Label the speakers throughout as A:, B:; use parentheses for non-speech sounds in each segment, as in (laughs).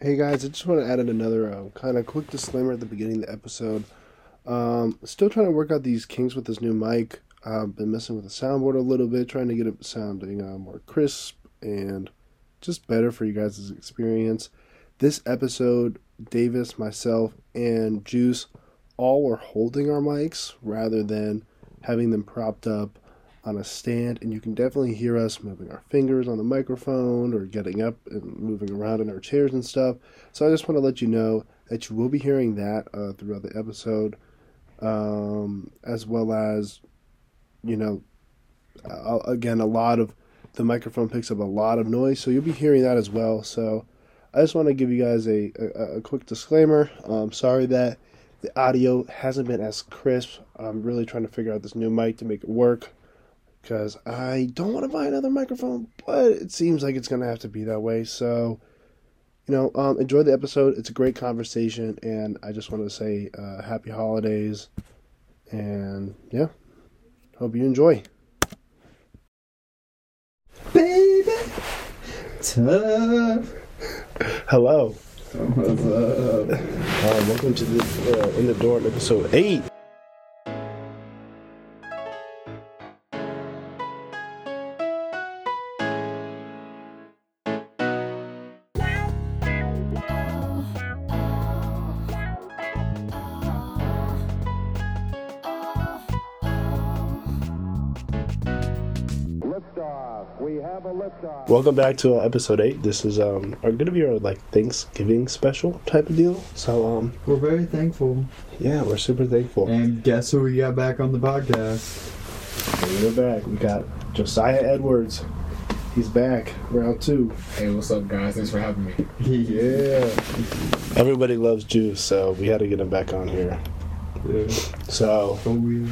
A: Hey guys, I just want to add in another um, kind of quick disclaimer at the beginning of the episode. Um, still trying to work out these kinks with this new mic. I've been messing with the soundboard a little bit, trying to get it sounding uh, more crisp and just better for you guys' experience. This episode, Davis, myself, and Juice all are holding our mics rather than having them propped up on a stand, and you can definitely hear us moving our fingers on the microphone or getting up and moving around in our chairs and stuff. So I just want to let you know that you will be hearing that uh, throughout the episode, um, as well as, you know, uh, again, a lot of the microphone picks up a lot of noise, so you'll be hearing that as well. So I just want to give you guys a, a, a quick disclaimer. Um, sorry that the audio hasn't been as crisp. I'm really trying to figure out this new mic to make it work because I don't want to buy another microphone, but it seems like it's going to have to be that way. So, you know, um, enjoy the episode. It's a great conversation, and I just want to say uh, happy holidays. And yeah, hope you enjoy.
B: Baby! Tough.
A: Hello.
B: What's up?
A: Uh, welcome to the uh, In the Door episode 8.
C: Liftoff. We have a liftoff.
A: Welcome back to uh, episode 8. This is um are going to be our like Thanksgiving special type of deal. So um
B: We're very thankful.
A: yeah, we're super thankful.
B: And guess who we got back on the (laughs) podcast?
A: We're back. We got Josiah Edwards. He's back. Round 2.
D: Hey, what's up, guys? Thanks for having me.
A: Yeah. Everybody loves Juice, so we had to get him back on here. So,
B: Oh, yeah.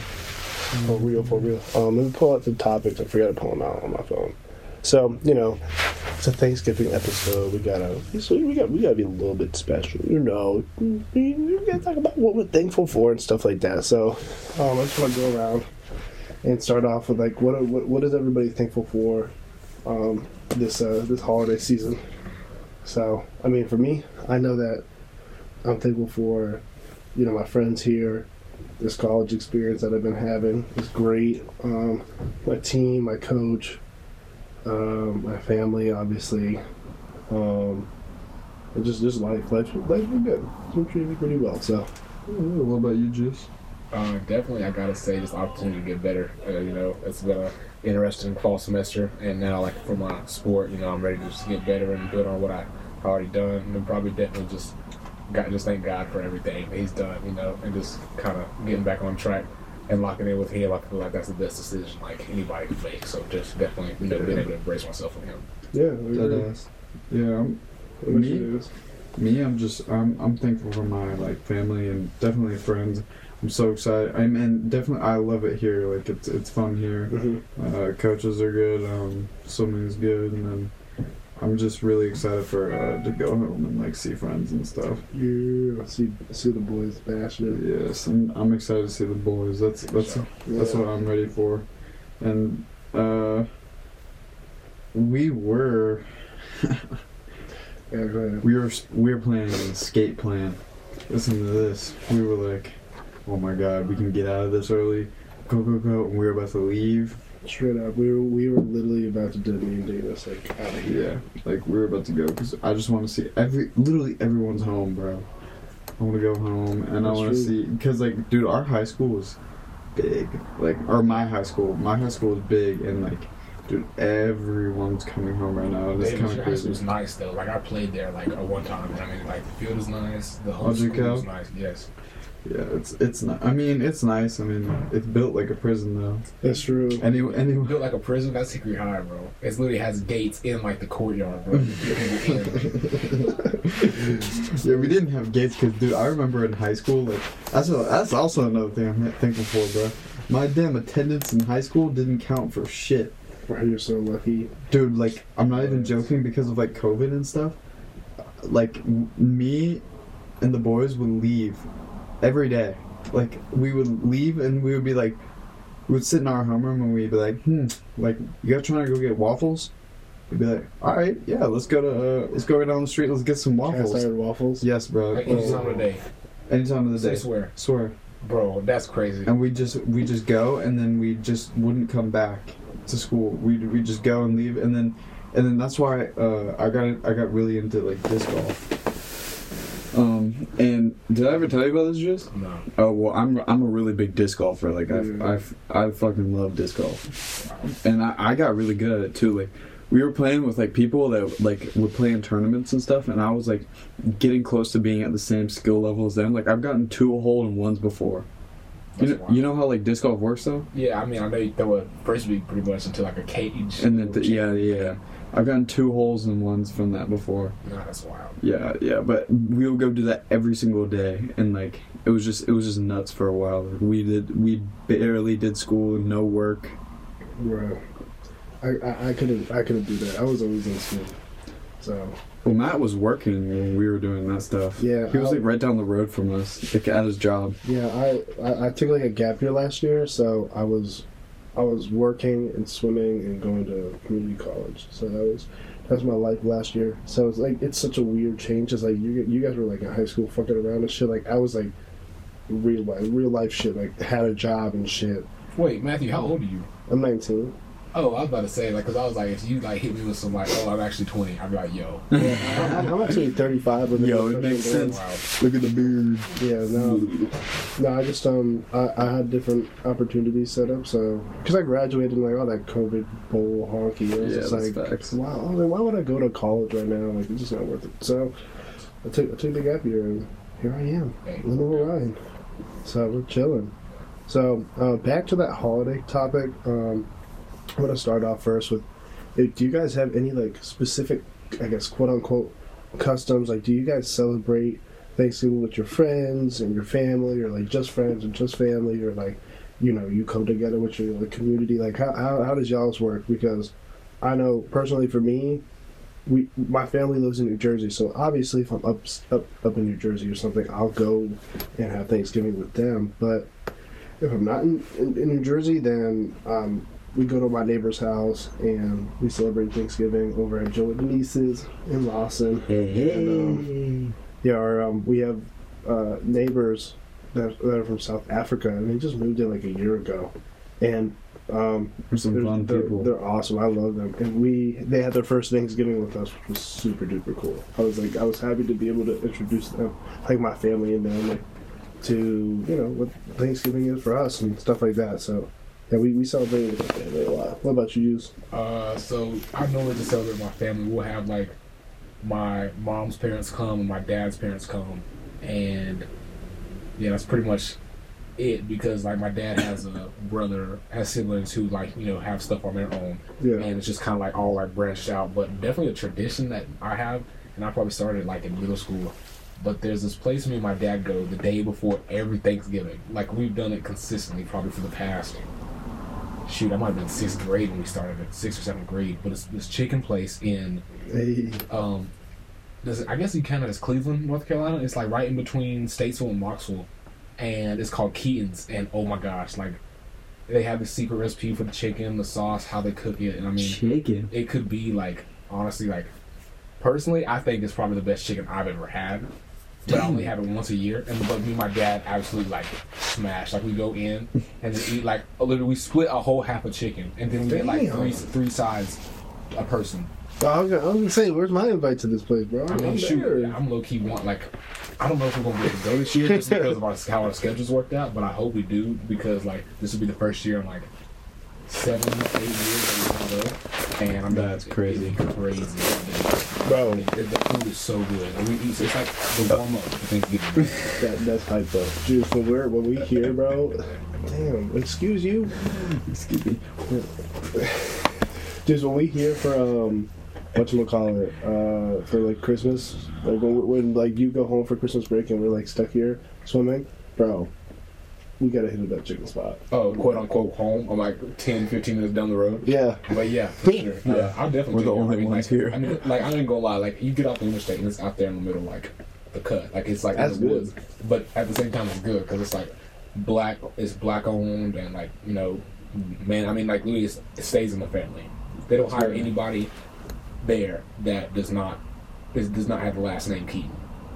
A: for real, for real. Um, let me pull out the topics. I forgot to pull them out on my phone. So, you know, it's a Thanksgiving episode. We gotta, so we got, we gotta be a little bit special, you know. We, we gotta talk about what we're thankful for and stuff like that. So, um, I just want to go around and start off with like, what, what, what is everybody thankful for, um, this, uh, this holiday season? So, I mean, for me, I know that I'm thankful for, you know, my friends here, this college experience that I've been having is great. Um, my team, my coach, um, my family, obviously, um, and just just life. Life, life been good. It's been treating me pretty well. So
B: What about you, Juice?
D: Uh, definitely, I gotta say, this opportunity to get better. Uh, you know, it's been a interesting fall semester, and now, like for my sport, you know, I'm ready to just get better and build on what I already done, and probably definitely just got just thank God for everything that He's done. You know, and just kind of getting back on track and locking in with Him. I feel like that's the best decision like anybody can make. So just definitely, you know, being able to embrace myself with Him.
A: yeah,
B: Yeah, I'm, me, I'm just, I'm, I'm thankful for my, like, family and definitely friends. I'm so excited. I mean, definitely, I love it here. Like, it's, it's fun here.
A: hmm
B: Uh, coaches are good. Um, swimming's good, and then I'm just really excited for uh, to go home and like see friends and stuff.
A: Yeah, see see the boys bashing it.
B: Yes, and I'm excited to see the boys. That's that's that's what I'm ready for. And uh, we were
A: Yeah, go ahead.
B: we were we were playing an escape plan. Listen to this. We were like, oh my god, we can get out of this early. Go go go! And we were about to leave.
A: Straight up, we were we were literally about to do me and Davis like out of here.
B: Yeah, like we were about to go because I just want to see every literally everyone's home, bro. I want to go home and I
A: That's
B: want to
A: true.
B: see because like, dude, our high school was big, like or my high school, my high school was big and like, dude, everyone's coming home right now. That's kind
D: Davis,
B: of
D: your high school was
B: crazy.
D: nice though. Like I played there like at one time. and I mean, like the field is nice. The whole
B: Oh, did you
D: school was
B: go?
D: nice. Yes.
B: Yeah, it's it's not. I mean, it's nice. I mean, it's built like a prison though.
A: That's true.
B: Any
D: We
B: anyway.
D: built like a prison. That's Hickory High, bro. It literally has gates in like the courtyard, bro.
B: (laughs) yeah, we didn't have gates because, dude, I remember in high school, like, that's, a, that's also another thing I'm thankful for, bro. My damn attendance in high school didn't count for shit.
A: Wow, you're so lucky.
B: Dude, like, I'm not even joking because of, like, COVID and stuff. Like, m- me and the boys would leave every day. Like, we would leave and we would be like, we would sit in our homeroom and we'd be like, hmm, like, you guys trying to go get waffles? You'd be like, all right, yeah, let's go to uh, let's go right down the street. Let's get some
A: Cast
B: waffles.
A: iron waffels.
B: Yes, bro.
D: Like, any time of the day.
B: Any time of the
D: I
B: day.
D: swear.
B: Swear.
D: Bro, that's crazy.
B: and we just we just go and then we just wouldn't come back to school we we just go and leave and then and then that's why uh, I got I got really into like disc golf um and did I ever tell you about this just
D: No.
B: oh well I'm I'm a really big disc golfer like I've,
A: Mhm.
B: I've I fucking love disc golf and I, I got really good at it too like we were playing with like people that like were playing tournaments and stuff and I was like getting close to being at the same skill level as them like I've gotten two hole in ones before you
D: That's
B: know,
D: wild.
B: you know how like disc golf works though,
D: Yeah, I mean, I know you throw a frisbee pretty much into like a cage.
B: and then th- yeah, yeah. I've gotten two holes in ones from that before.
D: No, that's wild.
B: Yeah, yeah. But we would go do that every single day, and like it was just it was just nuts for a while. Like, we did we barely did school, no work.
A: Right. I, I, I couldn't I couldn't do that. I was always in school. So
B: Well, Matt was working when we were doing that stuff.
A: Yeah,
B: he was
A: I-
B: like right down the road from us, like at his job.
A: yeah, I, I, I took like a gap year last year, so I was I was working and swimming and going to community college. So that was that was my life last year. So it's like it's such a weird change. It's like you you guys were like in high school fucking around and shit. Like I was like real life real life shit. Like had a job and shit.
D: Wait, Matthew, how old are you?
A: I'm 19.
D: Oh, I was about to say, like, because I was like, if you like hit me with some, like, oh, I'm actually 20, I'd be like, yo.
B: (laughs)
A: I'm, (laughs) I'm actually 35. But
B: Yo, it makes sense.
D: Wow.
B: Look at the beard.
A: Yeah, no,
B: Um,
A: no. I just um, I, I had different opportunities set up. So, because I graduated and like all that COVID bull honky, I was
B: Yeah,
A: just
B: that's
A: like,
B: facts.
A: wow, I mean, why would I go to college right now? Like, it's just not worth it. So, I took I took the gap year and here I am,
D: Hey.
A: living the ride. So we're chilling. So uh, back to that holiday topic. Um, I'm gonna start off first with, eh, do you guys have any like specific, I guess, quote unquote, customs? Like, do you guys celebrate Thanksgiving with your friends and your family, or like just friends and just family, or like, you know, you come together with your like, community? Like, how, how how does y'all's work? Because I know personally for me, we my family lives in New Jersey, so obviously if I'm up up up in New Jersey or something, I'll go and have Thanksgiving with them. But if I'm not in, in, in New Jersey, then um, we go to my neighbor's house and we celebrate Thanksgiving over at Joe and Denise's in Lawson.
B: Hey,
A: And, Yeah, or um, we have uh, neighbors that, that are from South Africa, and they just moved in like a year ago, and um,
B: We're some
A: they're,
B: fun
A: they're-
B: people.
A: they're awesome. I love them. And we they had their first Thanksgiving with us, which was super duper cool. I was like I was happy to be able to introduce them, like my family and them, like to you know what Thanksgiving is for us and stuff like that. So yeah, we we celebrated with my family a lot. What about you, Yus?
D: Uh, so I normally just celebrate my family. We'll have like my mom's parents come and my dad's parents come, and yeah, that's pretty much it because like my dad has a brother, has siblings who like you know have stuff on their own,
A: Yeah,
D: and it's just kind of like all like branched out. But definitely a tradition that I have, and I probably started like in middle school. But there's this place me and my dad go the day before every Thanksgiving. Like we've done it consistently probably for the past shoot, I might have been sixth grade when we started it, sixth or seventh grade. But it's this chicken place in
A: hey,
D: um, does I guess you count it as Cleveland, North Carolina. It's like right in between Statesville and Knoxville, and it's called Keaton's. And oh my gosh, like they have the secret recipe for the chicken, the sauce, how they cook it, and I mean
B: Chicken.
D: it could be like honestly like personally i think it's probably the best chicken i've ever had but i only have it once a year and but me and my dad absolutely like smash like we go in and just eat like a little we split a whole half of chicken and then we get like
A: Damn.
D: three three sides a person
A: Oh, I was gonna, I was gonna say, where's my invite to this place, bro?
D: i mean
A: I'm
D: shoot
A: there.
D: i'm low-key want like i don't know if we're gonna be able to go this
A: (laughs)
D: year just because of our, how our schedules worked out but i hope we do because like this will be the first year in like seven eight years that we can go and i'm
B: That's crazy.
D: crazy
A: bro.
D: the, the food is so good. And we eat, it's like
B: Oh.
D: the warm up for (laughs) Thanksgiving.
A: That, that's hype though. Juice, when we're when we here, bro. Damn, excuse you.
B: Excuse me.
A: Just when we hear for um, what you call it, uh, for like Christmas, like when, when like you go home for Christmas break and we're like stuck here swimming, bro, we gotta hit up that chicken spot.
D: oh, quote unquote home. I'm like 10, 15 minutes down the road.
A: Yeah,
D: But yeah, for sure. Yeah, I'll definitely.
B: We're
D: take
B: the
D: it.
B: only
D: I mean,
B: ones
D: like,
B: here.
D: I mean, like, I ain't gonna lie. Like, you get off the interstate and it's out there in the middle, like, the cut. Like, it's like
A: That's
D: in the
A: good.
D: woods. But at the same time, it's good because it's like black, it's black owned and like, you know, man, I mean, like, Louis, it stays in the family. They don't hire anybody there that does not is, does not have the last name Keaton.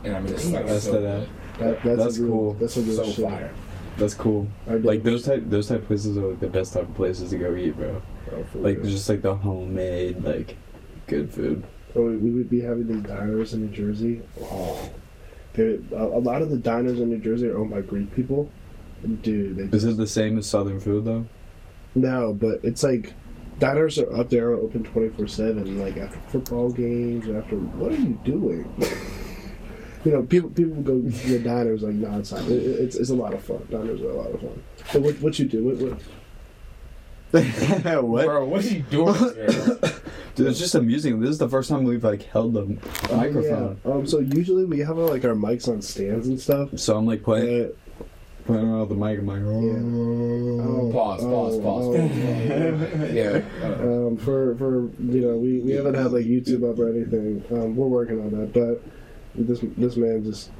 D: And I mean, it's like
B: That's
D: so,
B: the-
A: That, that's
B: That's
A: a real,
B: cool.
A: That's a real
D: so
A: shit.
D: fire.
B: That's cool.
A: I did-
B: Like those type those type places are like the best type of places to go eat, bro. Like just like the homemade like good food.
A: Oh, we would be having the diners in New Jersey. Oh, They're- a, a lot of the diners in New Jersey are owned by Greek people. Dude, they
B: Is it the same as southern food though?
A: no, but it's like diners are up there open twenty four seven. Like after football games, after what are you doing? you know, people people go to the diners like nonstop. It, it- it's it's a lot of fun. Diners are a lot of fun. But what what you do? What, what,
B: (laughs) what?
D: Bro, what are you
B: (laughs)
D: doing? here?
B: Dude, it's just amusing. This is the first time we've like held the microphone.
A: Yeah. Um. So usually we have our, like our mics on stands and stuff.
B: So I'm like playing
A: but-
B: playing around with the mic. I'm like, (laughs) oh.
D: Pause, pause, pause,
A: oh,
D: yeah. Uh,
A: um, for for you know we, we haven't had like YouTube up or anything. Um, we're working on that, but this this man just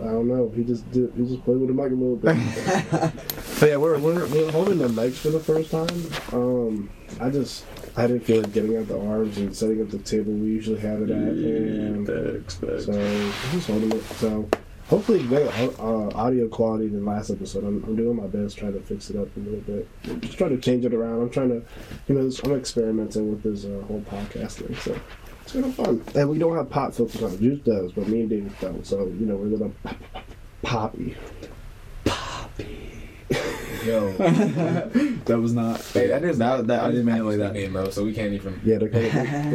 A: I don't know. He just did he just played with the mic a little bit. but yeah, we're, we're we're holding the mics for the first time. Um, I just I didn't feel like getting out the arms and setting up the table we usually have it at, and
B: Facts, facts.
A: so I'm just holding it. So. Hopefully, better uh, audio quality than last episode. I'm, I'm doing my best trying to fix it up a little bit. Just trying to change it around. I'm trying to, you know, I'm experimenting with this uh, whole podcast thing. So it's kind of fun. And we don't have pop filters on. Juice does, but me and David don't. So, you know, we're going to poppy.
D: yo,
B: That was not.
D: Hey, that is-
B: that, that I didn't mean it like that.
D: name, bro, so we can't even.
A: Yeah, they call, they,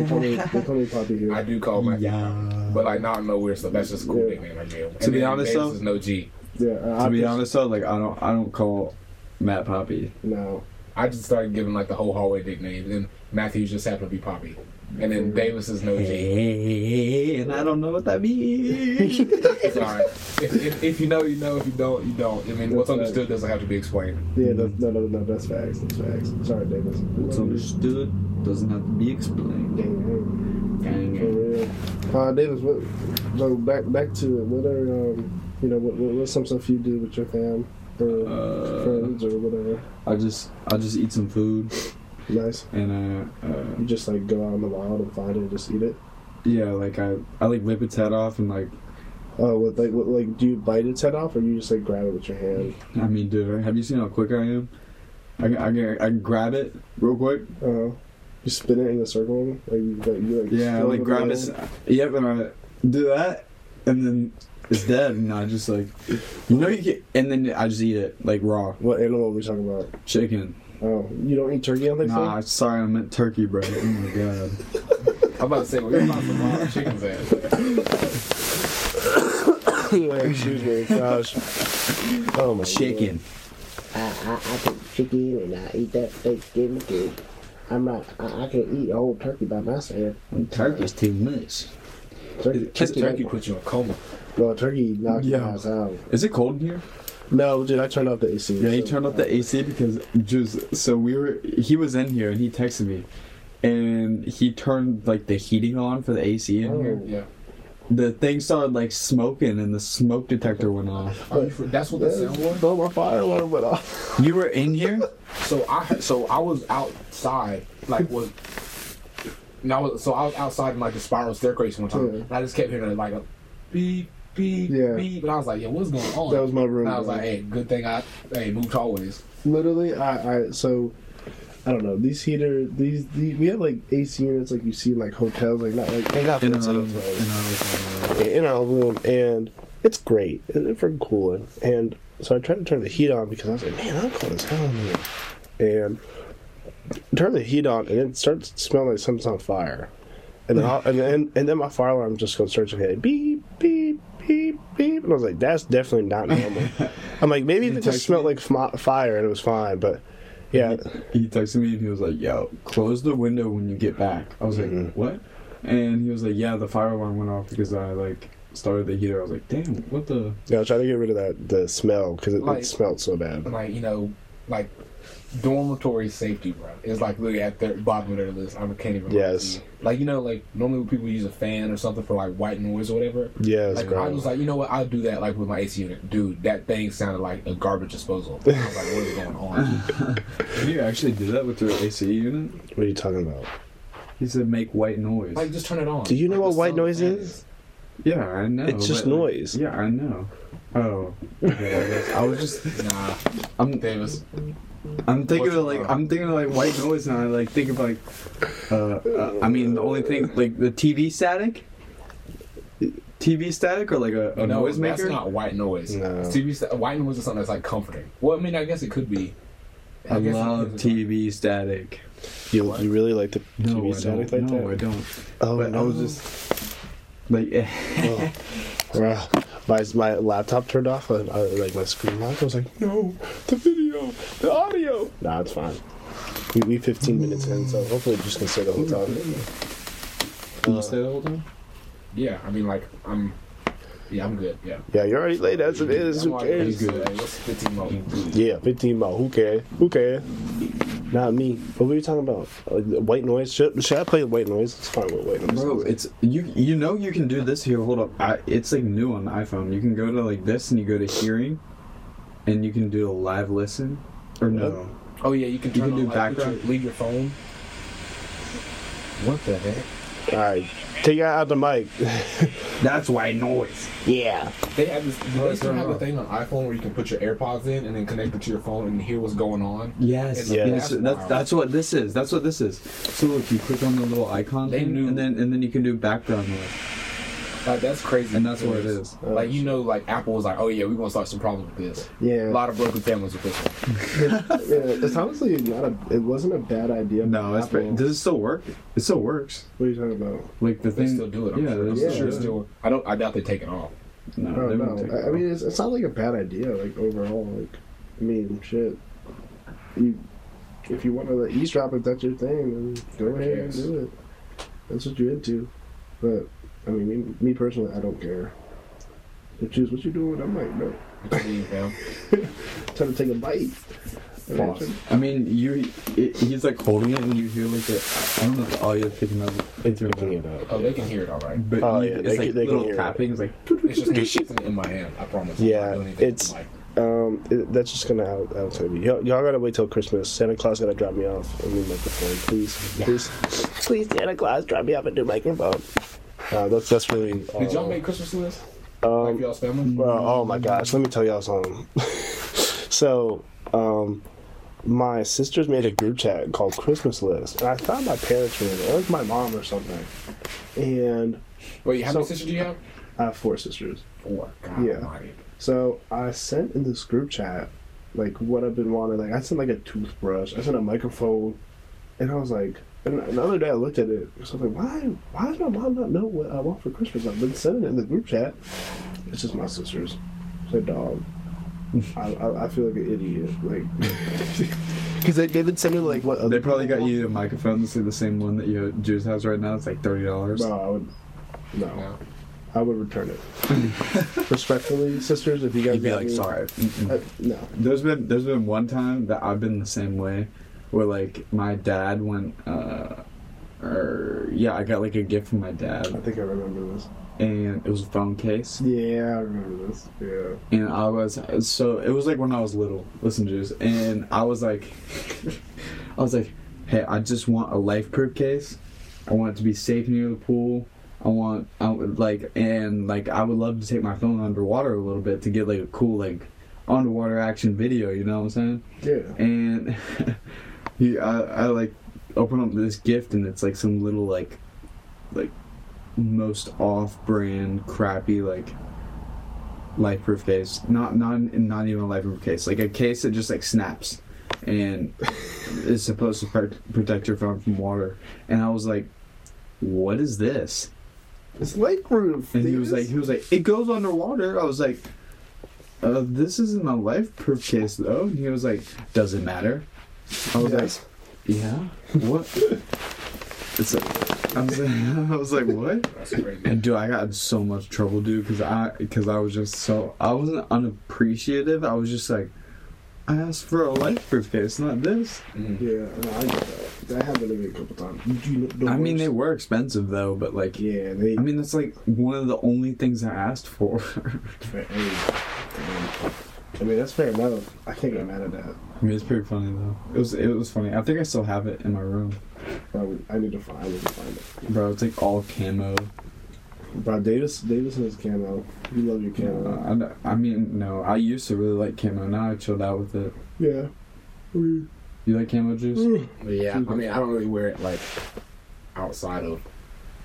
A: call me, they call me poppy here.
D: I do call my
B: Yeah.
D: but like not in no weird stuff. That's just a cool
A: Yeah.
D: nickname, I feel.
B: To be honest, though-
D: is no G.
A: yeah, uh,
B: (laughs) To
A: I
B: be
A: just-
B: honest though, like I don't I don't call Matt Poppy.
A: No.
D: I just started giving like the whole hallway nicknames, and Matthews just happened to be Poppy, and
B: Mm-hmm.
D: then Davis is no G.
B: Hey, (laughs) and I don't know what that means. (laughs)
D: It's all right. If, if, if you know, you know. If you don't, you don't. I mean, what's understood doesn't have to be explained.
A: Yeah, that's, no, no, no, that's facts. That's facts. Sorry, Davis.
B: What's understood doesn't have to be explained.
A: Dang, hey. For real. Uh, Davis, what, so back back to it. What are um, you know what, what what's some stuff you do with your fam or
B: Uh,
A: friends or whatever?
B: I just I just eat some food
A: Nice.
B: and uh, uh
A: You just like go out in the wild and find it and just eat it.
B: yeah, like I I like rip its head off and like
A: Oh, what, like what, like do you bite its head off or you just like grab it with your hand?
B: I mean, dude, have you seen how quick I am? I can- I can, I can grab it real quick.
A: Uh, you spin it in a circle. Like you like, you, like
B: Yeah, I,
A: spin
B: like
A: it
B: grab
A: around.
B: it. Yep, and I do that, and then it's dead, and I just like, you know, you get, and then I just eat it like raw
A: What animal are we talking about?
B: chicken.
A: Oh, you don't eat turkey on
B: Nah,
A: Thanksgiving?
B: sorry, I meant turkey, bro. Oh my god.
D: I'm about to say we're about to mom chicken's ass.
A: (laughs) Excuse me.
B: (laughs)
A: Gosh. Oh my.
B: Chicken.
E: I, I, I can chicken and I eat that Thanksgiving too. I'm not, I, I can eat a whole turkey by myself.
B: Turkey's too much.
A: God. Turkey.
D: Kiss
A: Turkey.
D: turkey put you in a coma.
A: No, turkey knocked your
B: Yeah.
A: ass out.
B: Is it cold in here?
A: No, dude, I turned off the AC.
B: Yeah, he
A: so-
B: turned off the AC because just so we were he was in here and he texted me, and he turned like the heating on for the AC in here.
D: Yeah.
B: The thing started like smoking and the smoke detector went off.
D: Are you fr- that's what the sound was.
A: No, my fire alarm went
B: uh,
A: off.
B: You were in here?
D: So I so I was outside, like was and I was so I was outside in like the spiral staircase one time.
A: Yeah.
D: And I just kept hearing like a beep, beep,
A: Yeah.
D: beep. And I was like, yo, what's going on?
A: That was my room,
D: And I was
A: bro.
D: like, hey, good thing I hey moved hallways.
A: Literally, I, I so I don't know. These heater, these, the we have like AC units like you see in like hotels, like not like they got
B: In
A: fancy
B: our-
A: hotels.
B: in our-
A: in our room, and it's great and for cooling. And so I tried to turn the heat on because I was like, man, I'm cold as hell in here. And turn the heat on, and it starts smelling like something's on fire. And then, I'll, and then and then my fire alarm just goes searching ahead, beep beep beep beep, and I was like, that's definitely not
D: (laughs)
A: normal. I'm like, maybe if it just
B: texted
A: smelled like fmi- fire and it was fine, but yeah,
D: Mm-hmm.
B: he texted me and he was like, "Yo, close the window when you get back." I was like, "What?" And he was like, "Yeah, the fire alarm went off because I like started the heater." I was like, "Damn, what the?"
A: yeah, I tried to get rid of that the smell because it,
D: Like-
A: it smelled so bad.
D: Like, you know, like dormitory safety, bro. It's like literally at the bottom of their list. I can't even lie to
A: Yes.
D: you. Like, you know, like normally when people use a fan or something for like white noise or whatever.
A: Yeah, it's
D: Like, I was
A: gross.
D: like, you know what? I'll do that. Like with my AC unit, dude. That thing sounded like a garbage disposal. I was like, what is going on?
A: (laughs)
B: Can you actually do that with your AC unit?
A: What are you talking about?
B: He said make white noise.
D: Like, just turn it on.
A: Do you know
D: Like,
A: what
D: the
A: white
D: sun
A: noise
D: fan
A: is?
B: yeah, I know.
A: It's just
B: but, like,
A: noise.
B: Yeah, I know. Oh, okay, I,
A: (laughs)
B: guess. I was just
D: Nah,
B: I'm
D: Davis.
B: I'm thinking of like
D: What's-
B: I'm thinking of like white noise and I like think of like uh, uh I mean the only thing like the TV static, TV static or like a, a
D: no,
B: noise
D: that's
B: maker.
D: not white noise.
F: No.
D: TV sta- white noise is something that's like comforting. Well, I mean, I guess it could be.
B: I,
D: guess it
B: love
D: is-
B: TV static.
A: You, you really like the TV static like
B: no, I
A: that?
B: don't.
A: Oh,
B: But I was just like, (laughs) eh,
A: Wow. My, my laptop turned off, and I, like my screen locked. I was like, no, the video, the audio. Nah, it's fine. We, we 15 minutes in, so hopefully we just can stay the whole time.
B: can you stay the whole time?
D: Yeah, I mean, like I'm. Yeah, I'm good. Yeah.
A: Yeah, you're already late as it is.
D: I'm
A: Who
D: already
A: cares?
D: good. Like, what's 15 more?
A: Yeah, 15 mile. Who cares? Who cares? Not me. What were you talking about? Uh, white noise? Should, should I play white noise? It's fine with white noise.
B: Bro, it's you. You know you can do this here. Hold up, I, it's like new on the iPhone. You can go to like this, and you go to hearing, and you can do a live listen, or no.
D: Oh yeah, you can
B: You
D: turn
B: can
D: on,
B: do
D: like, put
B: background.
D: Your, leave your phone. What the heck?
A: All right. Take out the mic. (laughs)
B: That's white noise.
G: Yeah.
D: They have this. Do they
B: it's
D: still
B: not
D: have a
B: wrong.
D: thing on iPhone where you can put your AirPods in and then connect it to your phone and hear what's going on?
B: Yes,
A: Yeah.
B: yes.
D: That's
B: That's
D: wild.
B: that's what this is. That's what this is. So look, you click on the little icon,
D: They
B: thing,
D: knew.
B: and then and then you can do background noise.
D: Like that's crazy.
B: And that's what it is.
D: Like you know, like Apple was like, oh yeah, we're gonna start some problems with this.
F: Yeah.
D: A lot of broken families with this one.
F: Yeah, it's honestly not a. It wasn't a bad idea.
B: No, that's
F: Apple-
B: does it still work? It still works.
F: What are you talking about?
B: Like the
D: They
B: thing.
D: still do it. I'm
B: yeah,
D: sure.
B: they
D: I'm
F: yeah.
B: still
D: sure
B: do
D: it's
B: it.
D: still. I don't. I doubt they take it off.
B: No,
F: I
B: they
F: don't
B: won't take
F: know.
B: it
F: I, I
B: off.
F: mean, it's, it's not like a bad idea. Like overall, like I mean, shit. You, if you want to like, eavesdrop, if that's your thing, then go ahead and
D: cares?
F: do it. That's what you're into. But I mean, me, me personally, I don't care. You choose what you doing. I'm like, no,
D: What you mean, fam?
F: time to take a bite. I'm not trying-
B: I mean, you. It, he's like holding it, and you hear like the. I don't know if the audio is picking up. It's
A: Picking it up.
D: Oh, they can hear it all right.
B: But
A: Oh,
B: you,
A: yeah,
B: it's
A: they
B: like
A: can- they can
B: little
A: hear it.
B: tapping. It's like.
D: It's just me shifting it in my hand. I promise.
A: Yeah,
D: I'm not doing anything
A: it's-
D: with
A: Um, it, that's just gonna how, how it's gonna be. Y'all, y'all gotta wait till Christmas. Santa Claus gotta drop me off and do microphone, please, please, please. Santa Claus, drop me off and do microphone. Uh, that's that's really. Uh,
D: my- Did y'all make Christmas lists? like
A: Um,
D: y'all's family?
A: bro, oh my gosh, let me tell y'all something. (laughs) so, um, my sisters made a group chat called Christmas List, and I thought my parents were in it, like my mom or something. And
D: Wait, how many
F: so-
D: sisters do you have?
F: I have four sisters.
D: Four. God
F: Yeah.
D: almighty.
F: So I sent in this group chat like what I've been wanting. Like I sent like a toothbrush, I sent a microphone, and I was like, and another day I looked at it. So I'm like, why? Why does my mom not know what I want for Christmas? I've been sending it in the group chat. It's just my sisters. So (laughs) dog. I, I, I feel like an idiot, (laughs) like because they they've been sending like what
B: They probably got you a microphone. This is the same one that you Jude's has right now. It's like thirty dollars.
F: No, I would. No,
D: No.
F: I would return it.
B: (laughs)
F: (laughs) Respectfully, sisters, if you guys
B: You'd be
F: got
B: like,
F: me-
B: sorry. Mm-mm.
F: Uh, no,
B: There's been there's been one time that I've been the same way, where like my dad went, uh, or yeah, I got like a gift from my
F: I
B: dad,
F: think I remember this.
B: and it was a phone case,
F: Yeah, I remember this. Yeah.
B: and I was so it was like when I was little. Listen, Jews, and I was like, (laughs) I was like, hey, I just want a life proof case. I want it to be safe near the pool. I want I would like and like I would love to take my phone underwater a little bit to get like a cool like underwater action video. You know what I'm saying?
F: Yeah.
B: and (laughs) he, I, I like open up this gift and it's like some little like like most off-brand crappy like life proof case not not not even a life proof case like a case that just like snaps and (laughs) is supposed to pr- protect your phone from water and i was like what is this
F: It's lake roof.
B: and he was like, he was like, it goes underwater. I was like, uh, this isn't a life proof case though. And he was like, does it matter? I was
F: Yes.
B: like, yeah. What? it's like, I was like, (laughs) I was like, what?
D: That's crazy.
B: And dude, I got in so much trouble, dude, because I because I was just so I wasn't unappreciative. I was just like, I asked for a life proof case, not this.
D: Mm.
F: yeah, no, I get that. That happened to me a couple times. Do you know, the
B: I mean, they
F: worst-
B: were expensive though, but like.
F: Yeah, they.
B: I mean (laughs) that's like one of the only things I asked for.
F: for- hey, damn. I mean, that's fair enough. I can't get mad at that.
B: I mean, it's pretty funny though. It was it was funny. I think I still have it in my room,
F: I, would, I need to find. I need to find it.
B: bro. It's like all camo.
F: Bro, Davis, Davis and his camo. You love your camo.
B: Uh, I, I mean, no. I used to really like camo. Now I chilled out with it.
F: Yeah. We-
B: You like camo
F: Mm.
B: juice?
D: But yeah, I mean, I don't really wear it like outside of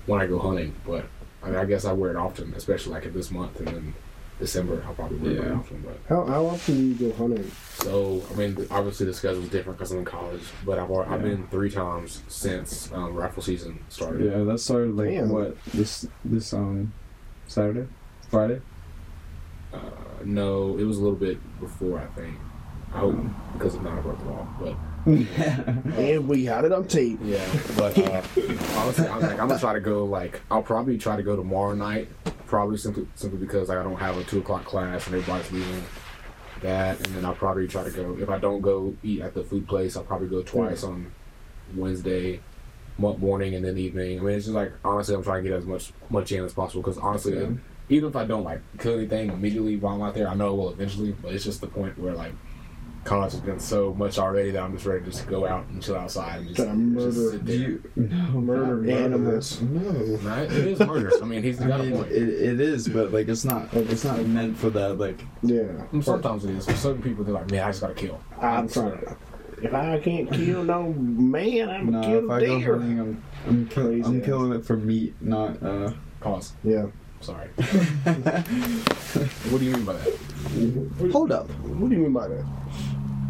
D: when I go hunting, but I mean, I guess I wear it often, especially like in this month and then December. I'll probably wear it
B: Yeah.
D: often. But
F: How, how often do you go hunting?
D: so, I mean, obviously the schedule's different because I'm in college, but I've al- I've
B: Yeah.
D: been three times since um, rifle season started.
B: Yeah, that started like
F: Damn.
B: what this this um Saturday,
F: (laughs)
B: Friday. (laughs)
D: Uh, no, it was a little bit before, I think. I hope
B: Oh.
D: because of not a broke law, but
F: And we had it on tape.
D: Yeah, but uh, honestly, I'm like, I'm gonna try to go. Like, I'll probably try to go tomorrow night. Probably simply simply because like, I don't have a two o'clock class and everybody's leaving. That, and then I'll probably try to go. If I don't go eat at the food place, I'll probably go twice on Wednesday mo- morning and then evening. I mean, it's just like honestly, I'm trying to get as much much in as possible because honestly, um,
B: Yeah.
D: even if I don't like kill anything immediately while I'm out there, I know I will eventually. But it's just the point where like college has been so much already that I'm just ready to just go out and chill outside and just,
F: Tryna murder.
D: just sit
B: Do
D: there.
B: you no
F: Murder animals.
B: No.
D: No, it it is murder. I
B: (laughs)
D: mean, he's
B: I
D: got
B: mean,
D: a
B: it,
D: point.
B: it is, but like it's not it's not meant for that. Like
F: Yeah.
D: Sometimes it is. For certain people, they're like, man, I just gotta kill.
F: I'm sorry. If I can't kill no man, I'm
B: no,
F: gonna kill
B: if I go
F: deer.
B: hunting, I'm I'm, kill,
F: Crazy
B: I'm
F: ass.
B: killing it for meat, not uh. (laughs)
D: Pause.
F: yeah.
D: Sorry. what do you mean by that?
F: Hold up. What do you mean by that?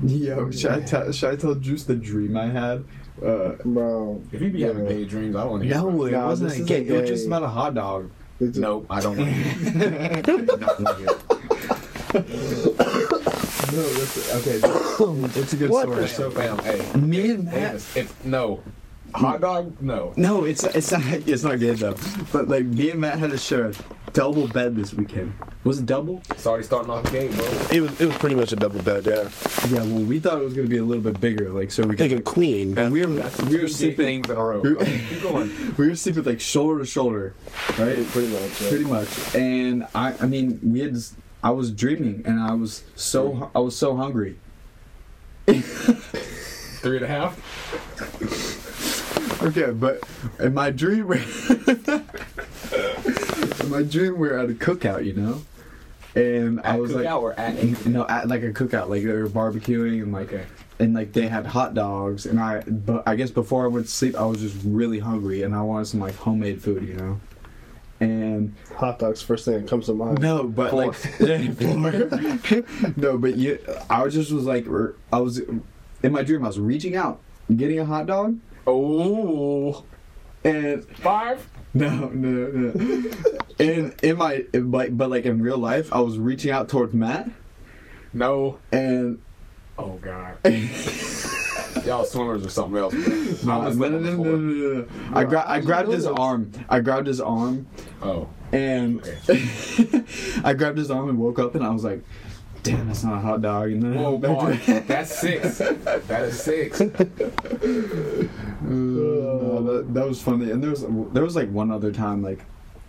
B: Yo, should I tell should I tell Juice the dream I had? Uh,
F: Bro,
D: If you be having bad dreams, I don't want to hear.
B: no,
D: about
B: it
F: No,
B: wasn't
F: this
B: a
F: is
B: cake. It
F: a-
B: was just about a hot (laughs) dog.
F: it's
D: it. Nope, I don't want to hear. it. Not gonna hear it.
B: No, that's okay. that's- It's a good
F: What
B: story.
F: the-
B: So,
D: So, fam, hey,
B: me and Matt
D: Davis, it's no hot dog. No.
B: No, it's it's not it's not good though. But like me and Matt had to share a double bed this weekend. Was it double?
D: It's already starting off the game, bro.
F: it was it was pretty much a double bed, yeah.
B: Yeah. Well, we thought it was gonna be a little bit bigger, like so we could.
F: Like a queen.
B: and (laughs) we were we were
D: Six
B: sleeping
D: things in a row.
B: (laughs)
D: Okay, keep going.
B: we were sleeping like shoulder to shoulder, right?
F: Pretty much. uh, Yeah.
B: Pretty much. And I I mean we had this, I was dreaming and I was so hu- I was so hungry.
D: Three and a half.
B: Okay, but in my dream, (laughs) in my dream, we were at a cookout, you know, and I
D: At
B: was like,
D: cookout or at a
B: N- no, at like a cookout, like they were barbecuing and like,
D: Okay.
B: and like they had hot dogs, and I, but I guess before I went to sleep, I was just really hungry and I wanted some like homemade food, you know, and
F: Hot dogs first thing that comes to mind.
B: no, but like (laughs) yeah, four. (laughs) no, but you, I was just was like, r- I was in my dream, I was reaching out, getting a hot dog,
D: Oh,
B: and (laughs)
D: five.
B: No, no, no. in in my in, like, but like in real life, I was reaching out towards Matt,
D: No.
B: and
D: Oh
B: (laughs)
D: God. Y'all swimmers or something else.
B: no,
D: I
B: no,
D: was
B: no, no, no,
D: looking for-
B: no, no. I gra- I grabbed his arm. I grabbed his arm,
D: Oh,
B: and (laughs) I grabbed his arm and woke up, and I was like, "Damn, that's not a hot dog." And then (laughs)
D: whoa, pause. That's six. That is six.
B: Mm, No, that, that was funny. And there was there was like one other time, like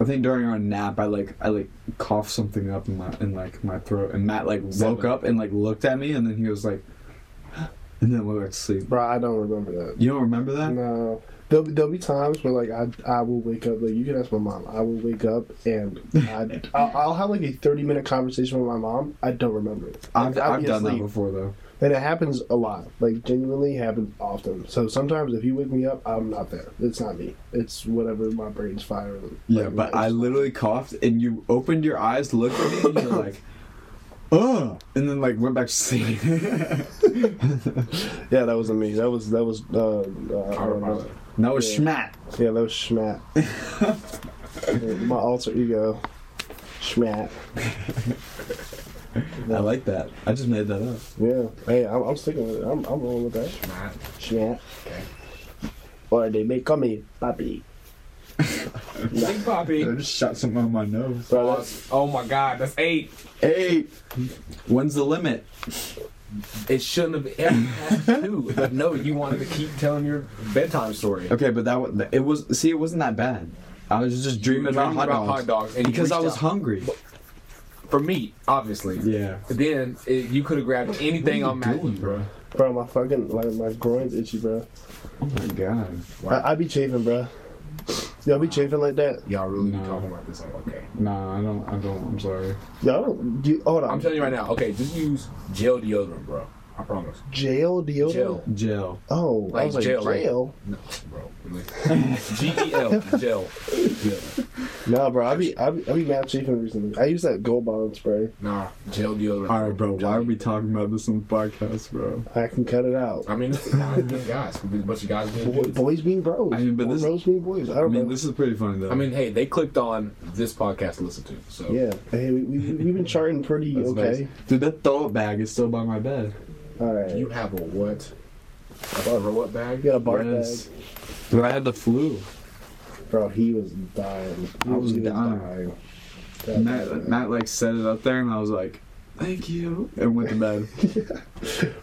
B: I think during our nap, I like I like coughed something up in my in like my throat, and Matt like woke
D: Seven.
B: up and like looked at me, and then he was like, (gasps) and then we went to sleep.
F: Bro, I don't remember that.
B: You don't remember that?
F: No. There'll be, there'll be times where like I I will wake up like you can ask my mom I will wake up and
B: (laughs)
F: I I'll, I'll have like a thirty minute conversation with my mom I don't remember it
B: I've,
F: Like, I'll
B: I've
F: be
B: done that
F: asleep.
B: before though.
F: and it happens a lot like genuinely happens often so sometimes if you wake me up I'm not there it's not me it's whatever my brain's firing
B: Yeah,
F: Like,
B: but
F: it's-
B: I literally coughed, and you opened your eyes, looked at me, and you're (laughs) like, oh, and then like went back to sleep. (laughs)
F: yeah that wasn't me that was that was uh, uh, I
D: I
F: don't know.
D: remember.
B: And that was
F: Yeah.
B: schmat.
F: yeah that was
D: (laughs)
F: Schmat my alter ego Schmat
B: I like that. I just made that up.
F: yeah hey I'm, I'm sticking with it I'm I'm rolling with that
D: Matt,
F: Schmat
D: Okay.
F: or they may call me Papi.
D: Big Poppy.
B: just shot something on my nose.
F: Bro, that's-
D: Pause. Oh my God, that's eight.
B: Hey, when's the limit?
D: It shouldn't have ever
B: (laughs)
D: passed two. But no, you wanted to keep telling your bedtime story.
B: Okay, but that was, it was see, it wasn't that bad. I was just dreaming
D: You were
B: about hot dogs
D: and you
B: because I
D: reached
B: was
D: out.
B: hungry.
D: for meat, obviously.
B: Yeah.
D: Then it, you could have grabbed anything on Matthew, bro.
F: Bro, my fucking like my groin's itchy, bro.
B: Oh my god.
F: I, I be chafing, bro. Y'all be chafing like that?
D: Y'all really be
B: No.
D: talking about this? I'm okay.
B: Nah, I don't. I don't. I'm sorry.
F: Y'all don't. Do, hold on.
D: I'm telling you right now. Okay, just use gel deodorant, bro. I promise.
F: jail deodorant.
D: Gel,
B: Gel.
F: Oh, I
D: Like
F: was like
D: jail,
F: jail.
D: like- no, bro. (laughs) G E L, gel. Gel.
F: No, bro. I be I be, I be mad chafing recently. I use that Gold Bond spray.
D: Nah, gel deodorant.
B: All right, bro. Why are we talking about this on the podcast, bro?
F: I can cut it out.
D: I mean, it's not against guys. It's a bunch of guys being
F: Boy,
D: dudes.
F: boys being bros.
B: I mean, but
F: Or
B: this-
F: bros being boys. I
B: I
F: don't
B: mean,
F: know.
B: this is pretty funny though.
D: I mean, hey, they clicked on this podcast to listen to. So
F: yeah. Hey, we, we, we've been charting pretty
B: That's
F: okay.
B: nice. Dude, that throw bag is still by my bed.
F: All right.
D: you have a what? A throw up bag?
F: You got a barf
B: Yes. Dude, I had the flu.
F: bag, bro. He was dying. He
B: I was
F: he
B: dying.
F: God
B: Matt,
F: damn it.
B: Matt like set it up there, and I was like, "Thank you," and went to bed.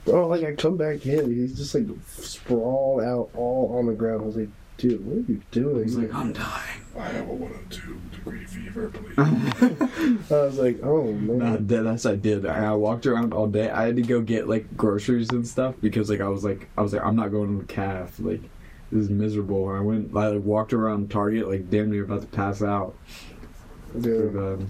F: Bro, like I come back in, he's just like sprawled out all on the ground. I was like, dude, what are you doing?
B: He's like, "I'm dying."
A: I have a 102 degree fever, please.
F: I was like, oh man.
B: Nah, uh, that- that's I did. And I walked around all day. I had to go get like groceries and stuff because like I was like I was like I'm not going to the calf. Like this is miserable. And I went. I like, walked around Target like damn near about to pass out.
F: Dude,
B: Um,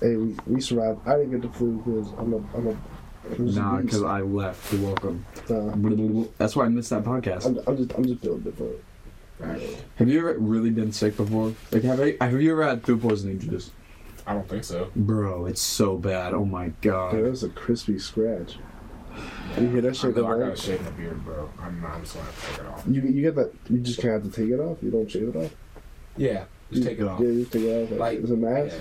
F: hey, we, we survived. I didn't get the flu because I'm a, I'm a, I'm just a
B: nah,
F: beast.
B: because I left. You're welcome.
F: Nah.
B: That's why I missed that podcast.
F: I'm, I'm just, I'm just feeling different.
B: Have you ever really been sick before? Like, have, I, have you ever had food poisoning juice?
D: I don't think so.
B: Bro, it's so bad. Oh my
F: Dude, that
B: god.
F: was a crispy scratch. You hear that
D: I
F: shit?
D: know I
F: right?
D: gotta shave my beard, bro. I'm not. I'm just gonna have to take it off.
F: You, you get that? You just kind of have to take it off. You don't shave it off.
D: Yeah, just
F: You-
D: take it off.
F: Yeah, you just take it off. Like,
D: Like-
F: is it mask?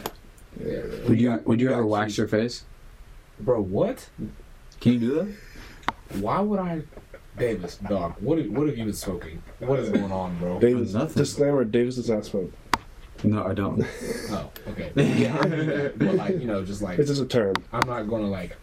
D: Yeah. Yeah.
B: Would you would you ever wax your face?
D: Bro, what?
B: Can you do that?
D: Why would I? Davis, dog, what have, what have you been smoking? What is going on, bro?
F: Davis,
B: Nothing.
F: disclaimer: Davis does not smoke.
B: No, I don't.
D: Oh, okay. Yeah, I knew that, but like, you know, just like
F: It's just a term.
D: I'm not gonna like.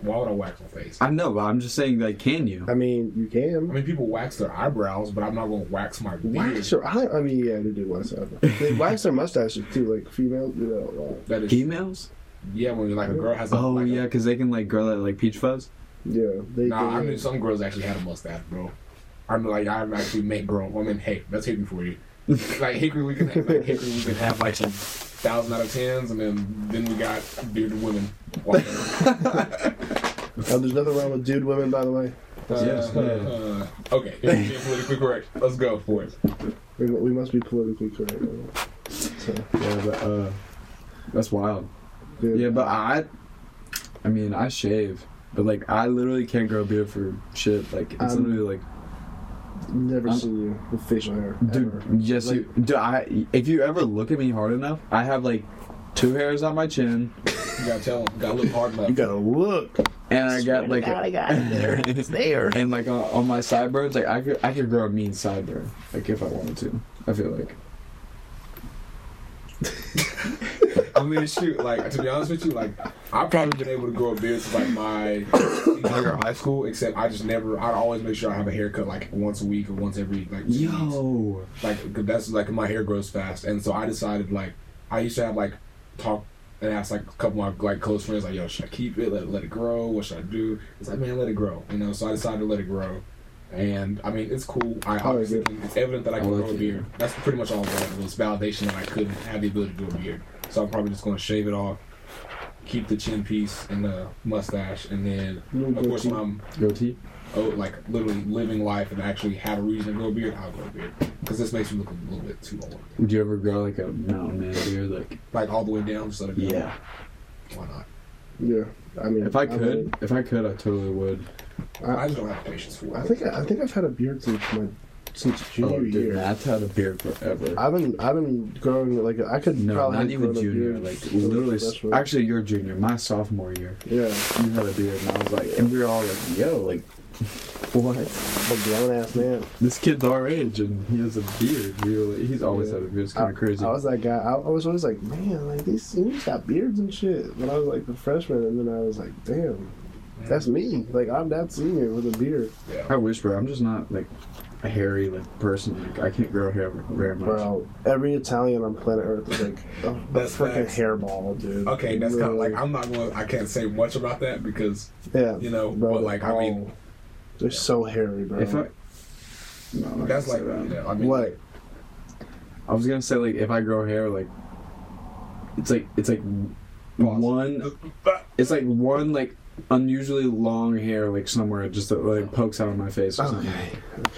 D: Why would I wax my face? I
B: I know, but I'm just saying, like, can you?
F: I mean, you can.
D: mean, people wax their eyebrows, but I'm not gonna wax my beard.
F: Wax your eye. I mean, yeah, they do wax
D: (laughs)
F: up. They wax their mustaches too. Like females do that a lot.
D: That is,
B: Females?
D: yeah, when like a girl has a
B: Oh
D: like a-
B: yeah, because they can like grow that like peach fuzz.
F: Yeah, they.
D: Nah, I
F: they,
D: knew some girls actually had a mustache, bro. I'm like, I've actually met girl women. Hey, that's Hickory
F: (laughs)
D: for you. like Hickory, we can have, like Hickory, we can have like some thousand out of tens, and then then we got bearded women. walking around.
F: oh, there's nothing wrong with dude women, by the way.
B: (laughs) Yes,
D: uh,
B: yeah.
D: uh, okay, it's being politically correct. Let's go for it.
F: We, we must be politically correct. right? So,
B: Yeah, but uh, that's wild.
F: dude,
B: Yeah, but I, I mean, I shave, but like, I literally can't grow a beard for shit. Like, it's
F: Um,
B: literally like.
F: never
B: I'm-
F: seen you with facial hair. ever.
B: Uh, Dude, yes, you, do I. If you ever look at me hard enough, I have like two hairs on my chin,
D: You gotta tell, gotta look hard
F: you
D: left.
F: gotta look.
B: and I got like,
E: God,
B: a,
E: I got it there. It's there.
B: and like on, on my sideburns, like I could, I could grow a mean sideburn, like if I wanted to. I feel like.
D: I mean, shoot, like to be honest with you, like I've probably been able to grow a beard since like my
B: (coughs)
D: entire high school, except I just never. I'd always make sure I have a haircut like once a week or once every like two weeks.
B: Yo,
D: like 'cause that's like my hair grows fast, and so I decided like I used to have like talk and ask like a couple of my like close friends like yo should I keep it let, let it grow what should I do it's like man let it grow you know so I decided to let it grow and I mean it's cool I obviously can- it's evident that I can
B: Oh, I like
D: grow a
B: it.
D: beard that's pretty much all I wanted was validation that I couldn't have the ability to do a beard so I'm probably just gonna shave it off keep the chin piece and the mustache and then
F: Little
D: of course
F: goatee.
D: when I'm
B: goatee.
D: oh, like literally living life and actually have a reason to grow a beard, I'll grow a beard because this makes me look a little bit too old.
B: Would you ever grow like a mountain man beard? Like,
D: Like all the way down, just let it go.
B: yeah.
D: Why not?
F: Yeah, I mean,
B: If I
F: mean,
B: could, if I could, I totally would.
D: I just don't have patience for it.
F: I think I think I've had a beard since my since junior
B: Oh, dude,
F: year.
B: Matt's had a beard forever.
F: I've been I've been growing it like I could
B: no,
F: probably
B: not
F: have
B: even
F: grown a
B: junior.
F: beard
B: Like
F: since
B: literally,
F: freshman.
B: actually, your junior, my sophomore year.
F: yeah,
B: You had a beard, and I was like, and we were all like, yo, like, (laughs) what?
F: I'm a grown ass man.
B: This kid's our age, and he has a beard. We were like, he's always had a beard. It's kind
F: I,
B: of crazy.
F: I was that guy. I, I was always like, man, like these dudes got beards and shit. When I was like the freshman, and then I was like, damn, that's me. Like I'm that senior with a beard.
D: yeah.
B: I wish, bro. I'm just not like, a hairy like person. Like, I can't grow hair very much.
F: Bro, every Italian on planet Earth is like a,
D: That's
F: a freaking
D: facts.
F: hairball, dude.
D: Okay, that's kind of
F: Literally.
D: like I'm not going. to I can't say much about that because
F: yeah,
D: you know,
F: bro,
D: but like I mean,
F: they're so hairy, bro.
B: If I no, I'm not
D: that's like
B: gonna say that.
D: yeah, I mean,
F: what?
B: I was gonna say like if I grow hair like it's like it's like one it's like one like unusually long hair like somewhere just that like pokes out of my face or
F: (laughs)
B: something.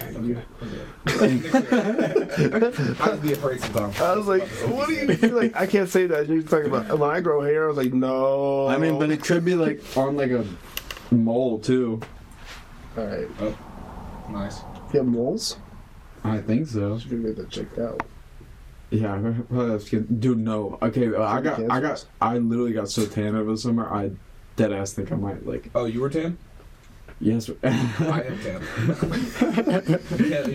F: Okay, okay. you-
D: I'd be afraid sometimes.
F: I was like, what do you you're like? I can't say that. You're talking about when I grow hair. I was like, no.
B: I mean, but it could be like on like a mole too.
F: all right.
D: Nice.
F: You have moles?
B: I think so.
F: You're gonna get that checked out.
B: Yeah, I probably have skin. Dude, no. Okay, uh, I got, I got, I literally got so tan over the summer. I dead ass think I might like.
D: Oh, you were ten.
B: Yes. (laughs)
D: I
B: no,
D: am
F: (laughs)
D: ten.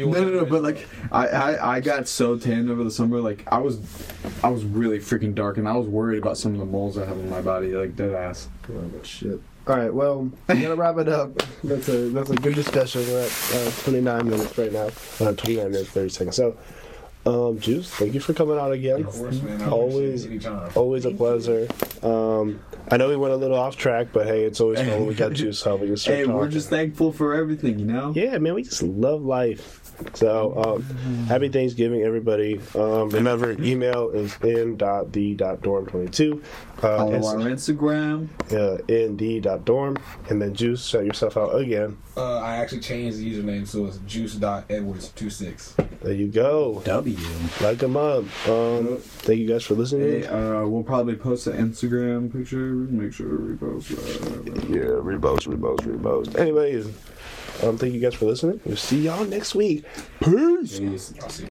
B: no, no. But like, I, I, I got so tan over the summer. Like, I was, I was really freaking dark, and I was worried about some of the moles I have on my body. Like, dead ass.
F: Shit. All right. Well, we gotta wrap it up. That's a that's a good discussion. We're at uh, 29 minutes right now.
A: Uh, 29 minutes, 30 seconds. So, um, Juice, thank you for coming out again.
D: Of course, man. I appreciate
A: Always-
D: it anytime.
A: Always a pleasure. Um, I know we went a little off track, but hey, it's always fun when we
B: (laughs)
A: got Juice helping us.
B: Hey, we're just thankful for everything, you know.
A: Yeah, man, we just love life. So, um, happy Thanksgiving, everybody. Um, remember, email is in.the.dorm22. Uh,
B: Follow our
A: it's,
B: Instagram.
A: uh, in.the.dorm. And then, Juice, shout yourself out again.
D: Uh, I actually changed the username, so it's juice.edwards26.
A: There you go.
B: W.
A: Like them up. Um, thank you guys for listening.
B: Hey, uh, we'll probably post the Instagram picture. Make sure we post that.
A: Yeah, repost, repost, repost. Anyways, um, thank you guys for listening. We'll see y'all next week. Peace.
D: I'll see you.